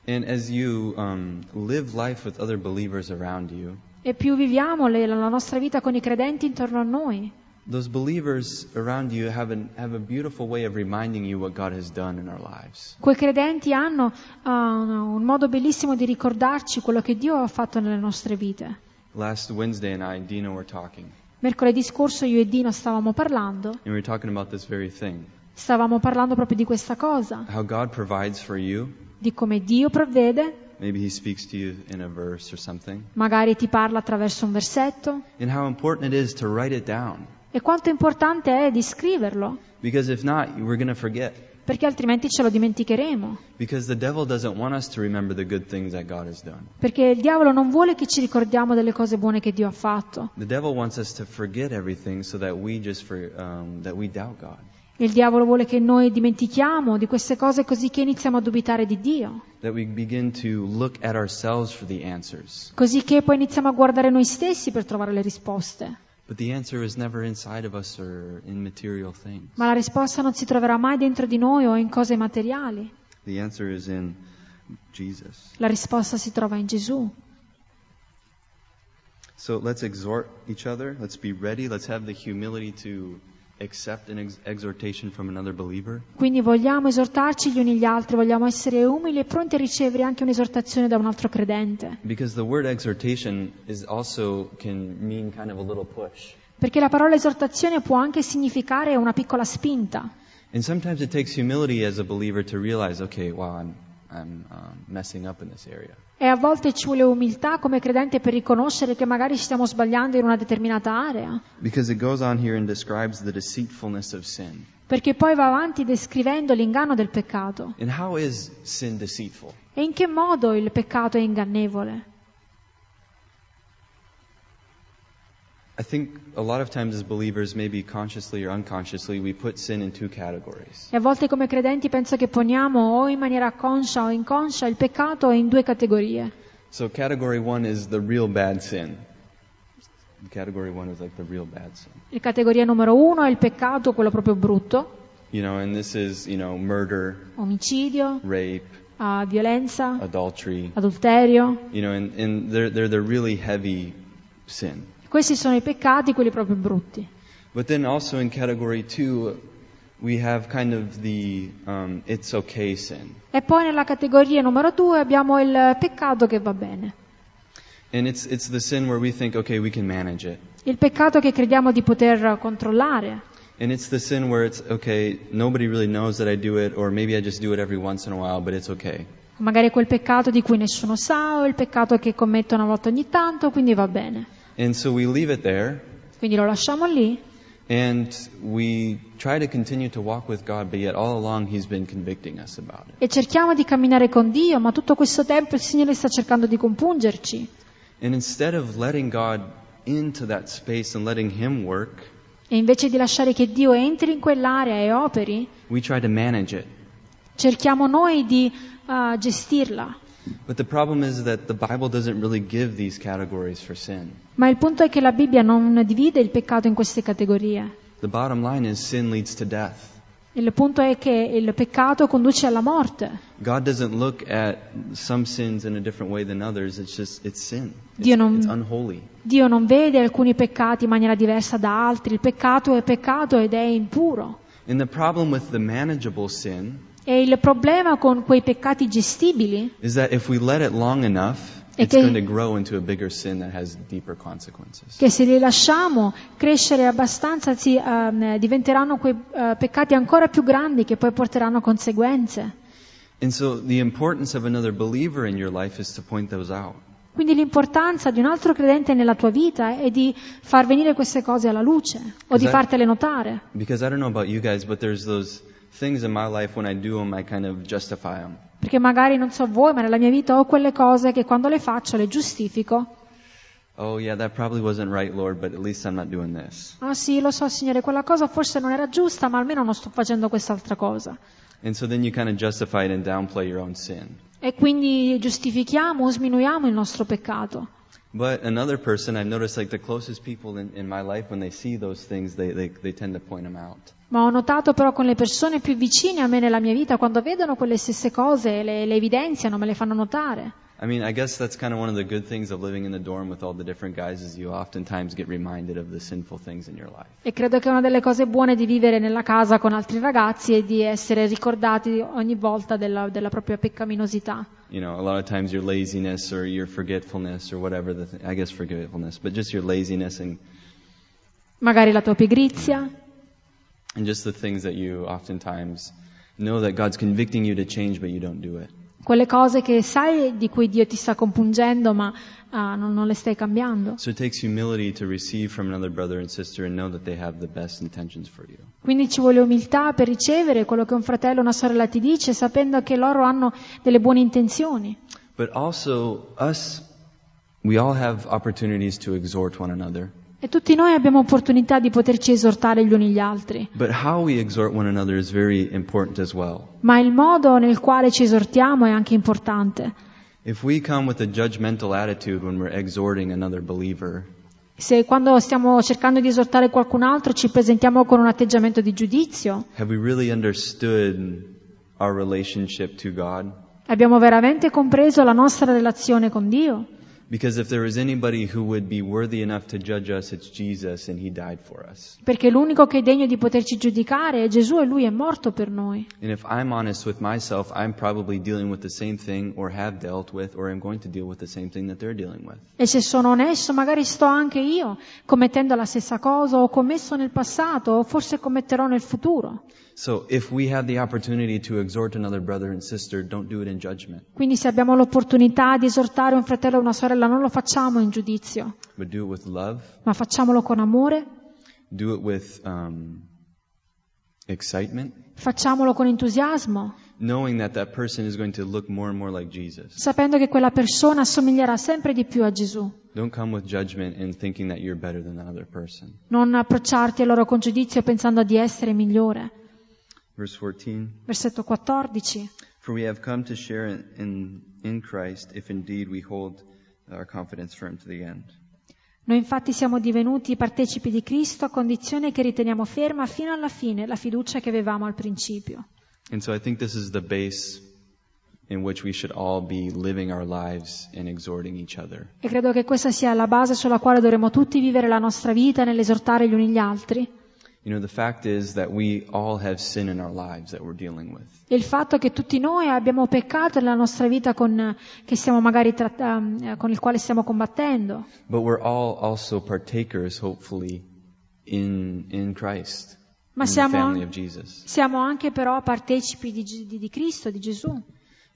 Speaker 2: and as you um, live life with other believers around you,
Speaker 1: e più viviamo le- la nostra vita con i credenti intorno a noi,
Speaker 2: those believers around you have an, have a beautiful way of reminding you what God has done in our lives.
Speaker 1: quei credenti hanno ah, un modo bellissimo di ricordarci quello che Dio ha fatto nelle nostre vite.
Speaker 2: Last Wednesday, and I and Dina were talking,
Speaker 1: Mercoledì scorso io e Dino stavamo parlando,
Speaker 2: and we were talking about this very thing:
Speaker 1: stavamo parlando proprio di questa cosa,
Speaker 2: how God provides for you.
Speaker 1: di come Dio provvede,
Speaker 2: Maybe He speaks to you in a verse or something,
Speaker 1: magari ti parla attraverso un versetto,
Speaker 2: and how important it is to write it down,
Speaker 1: e quanto importante è di scriverlo,
Speaker 2: because if not, we're going to forget.
Speaker 1: perché altrimenti ce lo dimenticheremo,
Speaker 2: Because the devil doesn't want us to remember the good things that God has done.
Speaker 1: perché il diavolo non vuole che ci ricordiamo delle cose buone che Dio ha fatto.
Speaker 2: The devil wants us to forget everything so that we just for, um, that we doubt God.
Speaker 1: Il diavolo vuole che noi dimentichiamo di queste cose così che iniziamo a dubitare di Dio,
Speaker 2: That we begin to look at ourselves for the answers.
Speaker 1: così che poi iniziamo a guardare noi stessi per trovare le risposte.
Speaker 2: But the answer is never inside of us or in material things.
Speaker 1: Ma la risposta non si troverà mai dentro di noi o in cose materiali.
Speaker 2: The answer is in Jesus.
Speaker 1: La risposta si trova in Gesù.
Speaker 2: So let's exhort each other. Let's be ready. Let's have the humility to accept an ex- exhortation from another believer.
Speaker 1: Quindi vogliamo esortarci gli uni gli altri, vogliamo essere umili e pronti a ricevere anche un'esortazione da un altro credente.
Speaker 2: Because the word exhortation is also can mean kind of a little push.
Speaker 1: Perché la parola esortazione può anche significare una piccola spinta.
Speaker 2: And sometimes it takes humility as a believer to realize, okay, wow, I'm, I'm um, messing up in this area.
Speaker 1: E a volte ci vuole umiltà come credente per riconoscere che magari ci stiamo sbagliando in una determinata area.
Speaker 2: Because it goes on here and describes the deceitfulness of sin.
Speaker 1: Perché poi va avanti descrivendo l'inganno del peccato.
Speaker 2: And how is sin deceitful?
Speaker 1: E in che modo il peccato è ingannevole?
Speaker 2: I think a lot of times as believers, maybe consciously or unconsciously, we put sin in two categories.
Speaker 1: E a volte come credenti penso che poniamo o in maniera conscia o inconscia il peccato in due categorie.
Speaker 2: So category one is the real bad sin. Category one is like the real bad sin.
Speaker 1: La categoria numero uno è il peccato, quello proprio brutto,
Speaker 2: You know, and this is, you know, murder,
Speaker 1: omicidio,
Speaker 2: rape,
Speaker 1: ah, violenza,
Speaker 2: adultery.
Speaker 1: adulterio.
Speaker 2: You know, and, and they're, they're the really heavy sin.
Speaker 1: Questi sono i peccati, quelli proprio brutti.
Speaker 2: But then also in category two, we have kind of the um, it's okay sin.
Speaker 1: E poi nella categoria numero due abbiamo il peccato che va bene.
Speaker 2: And it's, it's the sin where we think, okay, we can manage it.
Speaker 1: Il peccato che crediamo di poter controllare.
Speaker 2: And it's the sin where it's, okay, nobody really knows that I do it, or maybe I just do it every once in a while, but it's okay.
Speaker 1: Magari quel peccato di cui nessuno sa o il peccato che commetto una volta ogni tanto, quindi va bene.
Speaker 2: And so we leave it there,
Speaker 1: Quindi lo lasciamo lì
Speaker 2: and we try to continue to walk with God, but yet all along He's been convicting us about it.
Speaker 1: e cerchiamo di camminare con Dio, ma tutto questo tempo il Signore sta cercando di compungerci.
Speaker 2: And instead of letting God into that space and letting Him work,
Speaker 1: E invece di lasciare che Dio entri in quell'area e operi,
Speaker 2: we try to manage it.
Speaker 1: cerchiamo noi di eh, gestirla.
Speaker 2: But the problem is that the Bible doesn't really give these categories for sin.
Speaker 1: Ma il punto è che la Bibbia non divide il peccato in queste categorie.
Speaker 2: The bottom line is sin leads to death.
Speaker 1: Il punto è che il peccato conduce alla morte.
Speaker 2: God doesn't look at some sins in a different way than others. It's just it's sin. It's,
Speaker 1: Dio non-
Speaker 2: it's unholy.
Speaker 1: Dio non vede alcuni peccati in maniera diversa da altri, il peccato è peccato ed è impuro.
Speaker 2: And the problem with the manageable sin
Speaker 1: E il problema con quei peccati gestibili
Speaker 2: is that if we let it long enough,
Speaker 1: E
Speaker 2: it's
Speaker 1: che-
Speaker 2: going to grow into a bigger sin that has deeper consequences.
Speaker 1: che se li lasciamo crescere abbastanza si, ehm, diventeranno quei eh, peccati ancora più grandi che poi porteranno conseguenze.
Speaker 2: And so the importance of another believer in your life is to point those out.
Speaker 1: Quindi l'importanza di un altro credente nella tua vita è di far venire queste cose alla luce o di
Speaker 2: Esatto.
Speaker 1: fartele notare.
Speaker 2: Because I don't know about you guys, but there's those things in my life when I do them, I kind of justify them.
Speaker 1: Perché magari non so voi, ma nella mia vita ho quelle cose che quando le faccio le giustifico.
Speaker 2: Oh, yeah, that probably wasn't right, Lord, but at least I'm not doing this.
Speaker 1: Ah sì, lo so Signore, quella cosa forse non era giusta, ma almeno non sto facendo quest'altra cosa.
Speaker 2: And so then you kind of justify it and downplay your own sin.
Speaker 1: E quindi giustifichiamo o sminuiamo il nostro peccato.
Speaker 2: But another person, I've noticed like the closest people in, in my life, when they see those things, they, they, they tend to point them out.
Speaker 1: Ma ho notato però con le persone più vicine a me nella mia vita, quando vedono quelle stesse cose, le, le evidenziano, me le fanno notare.
Speaker 2: I mean, I guess that's kind of one of the good things of living in the dorm with all the different guys is you oftentimes get reminded of the sinful things in your life.
Speaker 1: E credo che una delle cose buone di vivere nella casa con altri ragazzi è di essere ricordati ogni volta della, della propria peccaminosità.
Speaker 2: You know, a lot of times your laziness or your forgetfulness or whatever the th- I guess forgetfulness, but just your laziness and,
Speaker 1: Magari la tua pigrizia,
Speaker 2: and just the things that you oftentimes know that God's convicting you to change, but you don't do it.
Speaker 1: quelle cose che sai di cui Dio ti sta compungendo ma ah, non, non le stai cambiando.
Speaker 2: So it takes humility to receive from another brother and sister and know that they have the best intentions for you.
Speaker 1: Quindi ci vuole umiltà per ricevere quello che un fratello o una sorella ti dice sapendo che loro hanno delle buone intenzioni.
Speaker 2: But also, us, we all have opportunities to exhort one another.
Speaker 1: E tutti noi abbiamo opportunità di poterci esortare gli uni gli altri,
Speaker 2: But how we exhort one another is very important as well.
Speaker 1: ma il modo nel quale ci esortiamo è anche importante.
Speaker 2: If we come with a judgmental attitude when we're exhorting another believer,
Speaker 1: Se quando stiamo cercando di esortare qualcun altro ci presentiamo con un atteggiamento di giudizio,
Speaker 2: have we really understood our relationship to God?
Speaker 1: abbiamo veramente compreso la nostra relazione con Dio?
Speaker 2: Because if there was anybody who would be worthy enough to judge us, it's Jesus and He died for us.
Speaker 1: Perché l'unico che è degno di poterci giudicare è Gesù e lui è morto per noi.
Speaker 2: And if I'm honest with myself, I'm probably dealing with the same thing or have dealt with or am going to deal with the same thing that they're dealing with.
Speaker 1: E se sono onesto, magari sto anche io commettendo la stessa cosa, ho commesso nel passato, o forse commetterò nel futuro.
Speaker 2: So if we have the opportunity to exhort another brother and sister, don't do it in judgment,
Speaker 1: Quindi se abbiamo l'opportunità di esortare un fratello o una sorella, non lo facciamo in giudizio,
Speaker 2: but do it with love,
Speaker 1: ma facciamolo con amore,
Speaker 2: do it with um, excitement,
Speaker 1: facciamolo con entusiasmo,
Speaker 2: knowing that that person is going to look more and more like Jesus.
Speaker 1: sapendo che quella persona assomiglierà sempre di più a Gesù.
Speaker 2: Don't come with judgment and thinking that you're better than the other person.
Speaker 1: Non approcciarti a loro con giudizio pensando di essere migliore.
Speaker 2: Verse 14
Speaker 1: Versetto 14.
Speaker 2: For we have come to share in, in, in Christ if indeed we hold our confidence firm to the end.
Speaker 1: Noi infatti siamo divenuti partecipi di Cristo a condizione che riteniamo ferma fino alla fine la fiducia che avevamo al principio.
Speaker 2: And so I think this is the base in which we should all be living our lives and exhorting each other.
Speaker 1: E credo che questa sia la base sulla quale dovremmo tutti vivere la nostra vita nell'esortare gli uni gli altri.
Speaker 2: You know, the fact is that we all have sin in our lives that we're dealing with.
Speaker 1: E il fatto che tutti noi abbiamo peccato nella nostra vita con, che stiamo magari tratt- ehm, con il quale stiamo combattendo,
Speaker 2: But we're all also partakers, hopefully, in, in Christ,
Speaker 1: ma
Speaker 2: in the
Speaker 1: siamo,
Speaker 2: family of
Speaker 1: an-
Speaker 2: Jesus.
Speaker 1: siamo anche però partecipi di, Gi- di- di Cristo, di Gesù.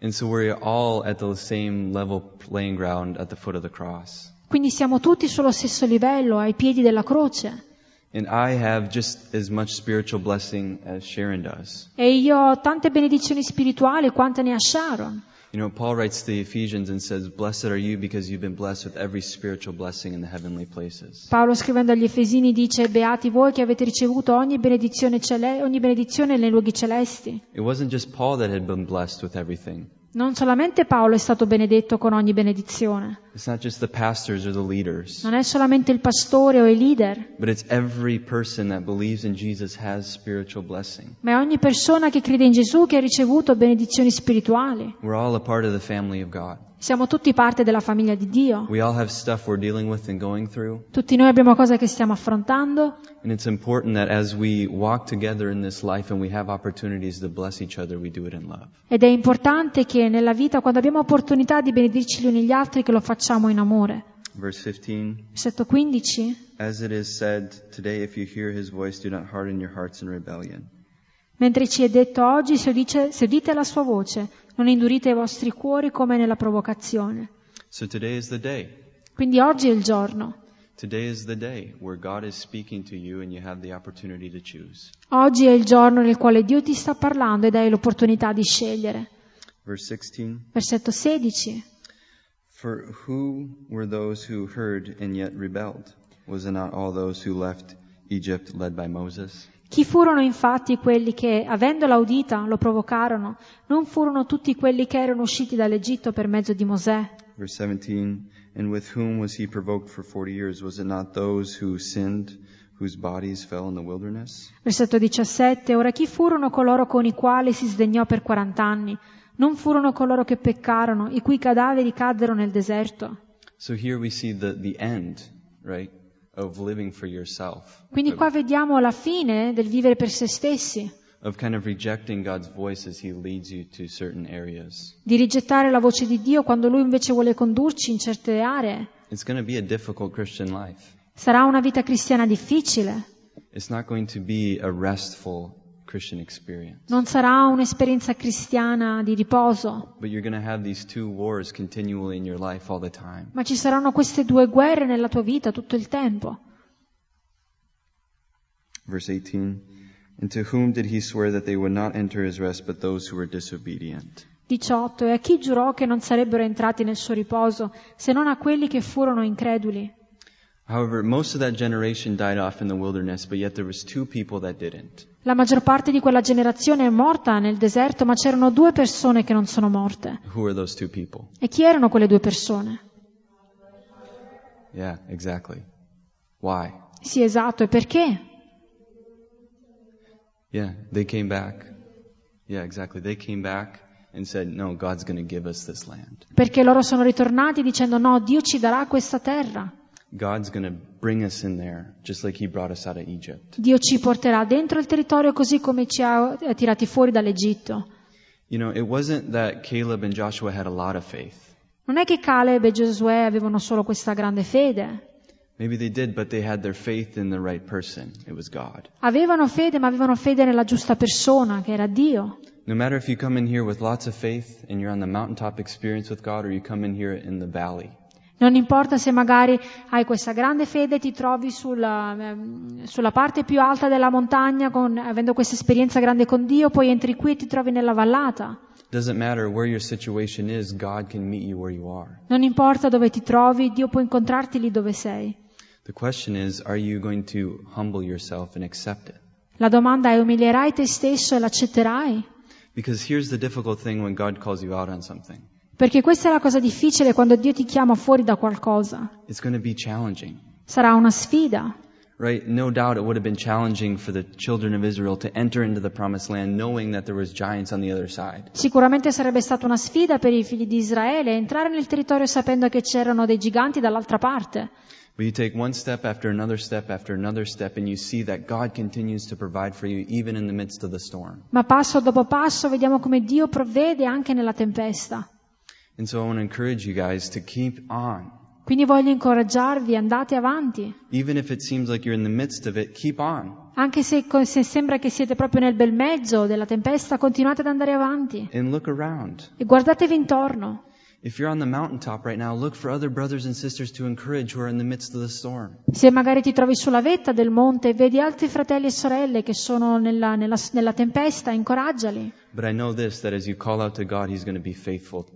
Speaker 2: And so we're all at the same level playing ground at the foot of the cross.
Speaker 1: Quindi siamo tutti sullo stesso livello, ai piedi della croce.
Speaker 2: And I have just as much spiritual blessing as Sharon does.
Speaker 1: E io ho tante benedizioni spirituali quante ne ha Sharon.
Speaker 2: You know, Paul writes to the Ephesians and says, Blessed are you because you've been blessed with every spiritual blessing in the heavenly places.
Speaker 1: Paolo scrivendo agli Efesini dice Beati voi che avete ricevuto ogni benedizione, cele- ogni benedizione nei luoghi celesti.
Speaker 2: It wasn't just Paul that had been blessed with everything.
Speaker 1: Non solamente Paolo è stato benedetto con ogni benedizione,
Speaker 2: It's not just the pastors or the leaders,
Speaker 1: non è solamente il pastore o i leader,
Speaker 2: but it's every person that believes in Jesus has spiritual blessing.
Speaker 1: ma è ogni persona che crede in Gesù che ha ricevuto benedizioni spirituali.
Speaker 2: We're all a part of the family of God.
Speaker 1: Siamo tutti parte della famiglia di Dio.
Speaker 2: We all have stuff we're dealing with and going through.
Speaker 1: Tutti noi abbiamo cose che stiamo affrontando
Speaker 2: And it's important that as we walk together in this life and we have opportunities to bless each other, we do it in love.
Speaker 1: ed è importante che nella vita, quando abbiamo opportunità di benedirci gli uni gli altri, che lo facciamo in amore.
Speaker 2: Verse 15
Speaker 1: Versetto 15.
Speaker 2: As it is said, Today, if you hear his voice, do not harden your hearts in rebellion.
Speaker 1: Mentre ci è detto oggi, se, udice- se udite la sua voce, non indurite i vostri cuori come nella provocazione.
Speaker 2: So today is the day.
Speaker 1: Quindi oggi è il giorno.
Speaker 2: Today is the day where God is speaking to you and you have the opportunity to choose.
Speaker 1: Oggi è il giorno nel quale Dio ti sta parlando ed hai l'opportunità di scegliere.
Speaker 2: Verse 16
Speaker 1: Versetto 16.
Speaker 2: For who were those who heard and yet rebelled? Was it not all those who left Egypt led by Moses?
Speaker 1: Chi furono infatti quelli che, avendola udita, lo provocarono? Non furono tutti quelli che erano usciti dall'Egitto per mezzo di Mosè?
Speaker 2: Verse 17, and with whom was he provoked for 40 years? Was it not those who sinned, whose bodies fell in the wilderness?
Speaker 1: Versetto 17. Ora chi furono coloro con i quali si sdegnò per quarant'anni? Non furono coloro che peccarono, i cui cadaveri caddero nel deserto?
Speaker 2: So here we see the, the end, right, of living for yourself,
Speaker 1: Quindi qua vediamo la fine del vivere per se stessi,
Speaker 2: of kind of rejecting God's voice as he leads you to certain areas.
Speaker 1: di rigettare la voce di Dio quando Lui invece vuole condurci in certe aree.
Speaker 2: It's going to be a difficult Christian life.
Speaker 1: Sarà una vita cristiana difficile,
Speaker 2: It's not going to be a restful Christian experience.
Speaker 1: non sarà un'esperienza cristiana di riposo,
Speaker 2: But you're going to have these two wars continually in your life all the time.
Speaker 1: ma ci saranno queste due guerre nella tua vita tutto il tempo.
Speaker 2: Verse 18 And to whom did he swear that they would not enter his rest but those who were disobedient?
Speaker 1: 18. E a chi giurò che non sarebbero entrati nel suo riposo, se non a quelli che furono increduli?
Speaker 2: However, most of that generation died off in the wilderness, but yet there was two people that didn't.
Speaker 1: La maggior parte di quella generazione è morta nel deserto, ma c'erano due persone che non sono morte.
Speaker 2: Who are those two people?
Speaker 1: E chi erano quelle due persone?
Speaker 2: Yeah, exactly. Why?
Speaker 1: Sì, esatto, e perché?
Speaker 2: Yeah, they came back. Yeah, exactly. They came back and said, No, God's going to give us this land.
Speaker 1: Perché loro sono ritornati dicendo no, Dio ci darà questa terra,
Speaker 2: God's going to bring us in there, just like He brought us out of Egypt.
Speaker 1: Dio ci porterà dentro il territorio così come ci ha eh, tirati fuori dall'Egitto.
Speaker 2: You know, it wasn't that Caleb and Joshua had a lot of faith.
Speaker 1: Non è che Caleb e Giosuè avevano solo questa grande fede.
Speaker 2: Maybe they did, but they had their faith in the right person. It was God.
Speaker 1: Avevano fede, ma avevano fede nella giusta persona, che era Dio.
Speaker 2: No matter if you come in here with lots of faith and you're on the mountaintop experience with God, or you come in here in the valley,
Speaker 1: Non importa se magari hai questa grande fede e ti trovi sulla, ehm, sulla parte più alta della montagna, con- avendo questa esperienza grande con Dio, poi entri qui e ti trovi nella vallata.
Speaker 2: doesn't matter where your situation is, God can meet you where you are.
Speaker 1: Non importa dove ti trovi, Dio può incontrarti lì dove sei.
Speaker 2: The question is, are you going to humble yourself and accept it?
Speaker 1: La domanda è umilierai te stesso e l'accetterai?
Speaker 2: Because here's the difficult thing when God calls you out on something.
Speaker 1: Perché questa è la cosa difficile quando Dio ti chiama fuori da qualcosa.
Speaker 2: It's going to be challenging.
Speaker 1: Sarà una sfida.
Speaker 2: Right? No doubt it would have been challenging for the children of Israel to enter into the promised land knowing that there was giants on the other side.
Speaker 1: Sicuramente sarebbe stata una sfida per i figli di Israele entrare nel territorio sapendo che c'erano dei giganti dall'altra parte.
Speaker 2: But you take one step after another step after another step and you see that God continues to provide for you even in the midst of the storm.
Speaker 1: Ma passo dopo passo vediamo come Dio provvede anche nella tempesta.
Speaker 2: And so I want to encourage you guys to keep on.
Speaker 1: Quindi voglio incoraggiarvi, andate avanti.
Speaker 2: Even if it seems like you're in the midst of it, keep on.
Speaker 1: Anche se, se sembra che siete proprio nel bel mezzo della tempesta, continuate ad andare avanti.
Speaker 2: And look around.
Speaker 1: E guardatevi intorno.
Speaker 2: If you're on the mountaintop right now, look for other brothers and sisters to encourage who are in the midst of the storm.
Speaker 1: Se magari ti trovi sulla vetta del monte e vedi altri fratelli e sorelle che sono nella, nella- nella tempesta, incoraggiali.
Speaker 2: But I know this, that as you call out to God, He's going to be faithful.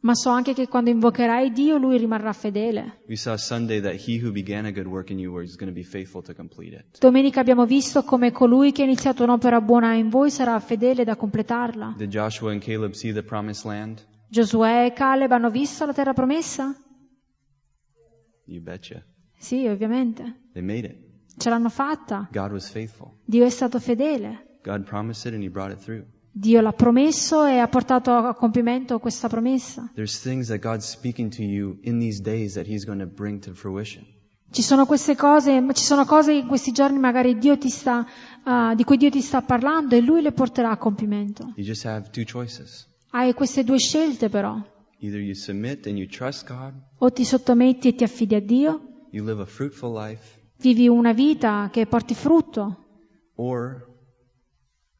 Speaker 1: Ma so anche che quando invocherai Dio, Lui rimarrà fedele.
Speaker 2: We saw Sunday that He who began a good work in you is going to be faithful to complete it.
Speaker 1: Domenica abbiamo visto come colui che ha iniziato un'opera buona in voi sarà fedele da completarla.
Speaker 2: Did Joshua and Caleb see the promised land?
Speaker 1: Giosuè e Caleb hanno visto la terra promessa?
Speaker 2: You betcha.
Speaker 1: Sì, ovviamente.
Speaker 2: They made it.
Speaker 1: Ce l'hanno fatta.
Speaker 2: God was faithful.
Speaker 1: Dio è stato fedele.
Speaker 2: God promised it and He brought it through.
Speaker 1: Dio l'ha promesso e ha portato a compimento questa promessa.
Speaker 2: There's things that God's speaking to you in these days that He's going to bring to fruition.
Speaker 1: Ci sono queste cose, ma ci sono cose che in questi giorni magari Dio ti sta, ah, di cui Dio ti sta parlando e Lui le porterà a compimento.
Speaker 2: You just have two choices.
Speaker 1: Hai queste due scelte però.
Speaker 2: Either you submit and you trust God,
Speaker 1: O ti sottometti e ti affidi a Dio,
Speaker 2: you live a fruitful life,
Speaker 1: vivi una vita che porti frutto,
Speaker 2: or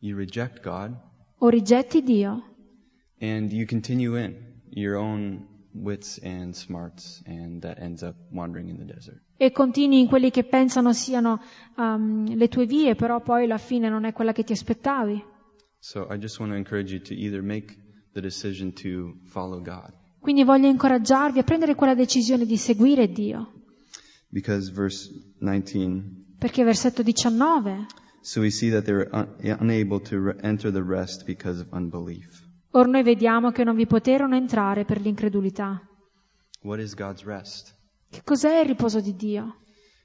Speaker 2: you reject God
Speaker 1: o rigetti Dio
Speaker 2: and you continue in your own wits and smarts, and that ends up wandering in the desert.
Speaker 1: e continui in quelli che pensano siano ehm, le tue vie, però poi la fine non è quella che ti aspettavi.
Speaker 2: So I just want to encourage you to either make the decision to follow God
Speaker 1: Quindi voglio incoraggiarvi a prendere quella decisione di seguire Dio.
Speaker 2: Because verse 19,
Speaker 1: Perché versetto 19,
Speaker 2: so we see that they were un- unable to re- enter the rest because of unbelief.
Speaker 1: or noi vediamo che non vi poterono entrare per l'incredulità.
Speaker 2: What is God's rest?
Speaker 1: Che cos'è il riposo di Dio?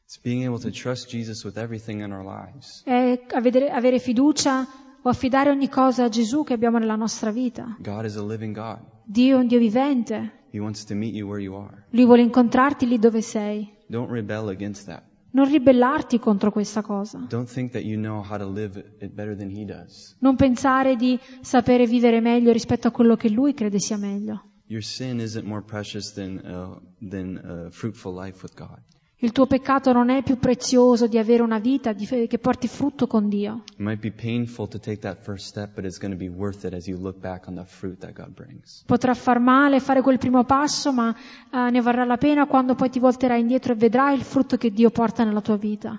Speaker 2: It's being able to trust Jesus with everything in our lives.
Speaker 1: È avere, avere fiducia o affidare ogni cosa a Gesù che abbiamo nella nostra vita.
Speaker 2: God is a living God.
Speaker 1: Dio è un Dio vivente.
Speaker 2: He wants to meet you where you are.
Speaker 1: Lui vuole incontrarti lì dove sei.
Speaker 2: Don't rebel against that.
Speaker 1: Non ribellarti contro questa cosa.
Speaker 2: Don't think that you know how to live it better than He does.
Speaker 1: Non pensare di sapere vivere meglio rispetto a quello che lui crede sia meglio.
Speaker 2: Your sin isn't more precious than uh, than a fruitful life with God.
Speaker 1: Il tuo peccato non è più prezioso di avere una vita di- che porti frutto con Dio.
Speaker 2: It might be painful to take that first step, but it's going to be worth it as you look back on the fruit that God brings.
Speaker 1: Potrà far male fare quel primo passo, ma eh, ne varrà la pena quando poi ti volterai indietro e vedrai il frutto che Dio porta nella tua vita.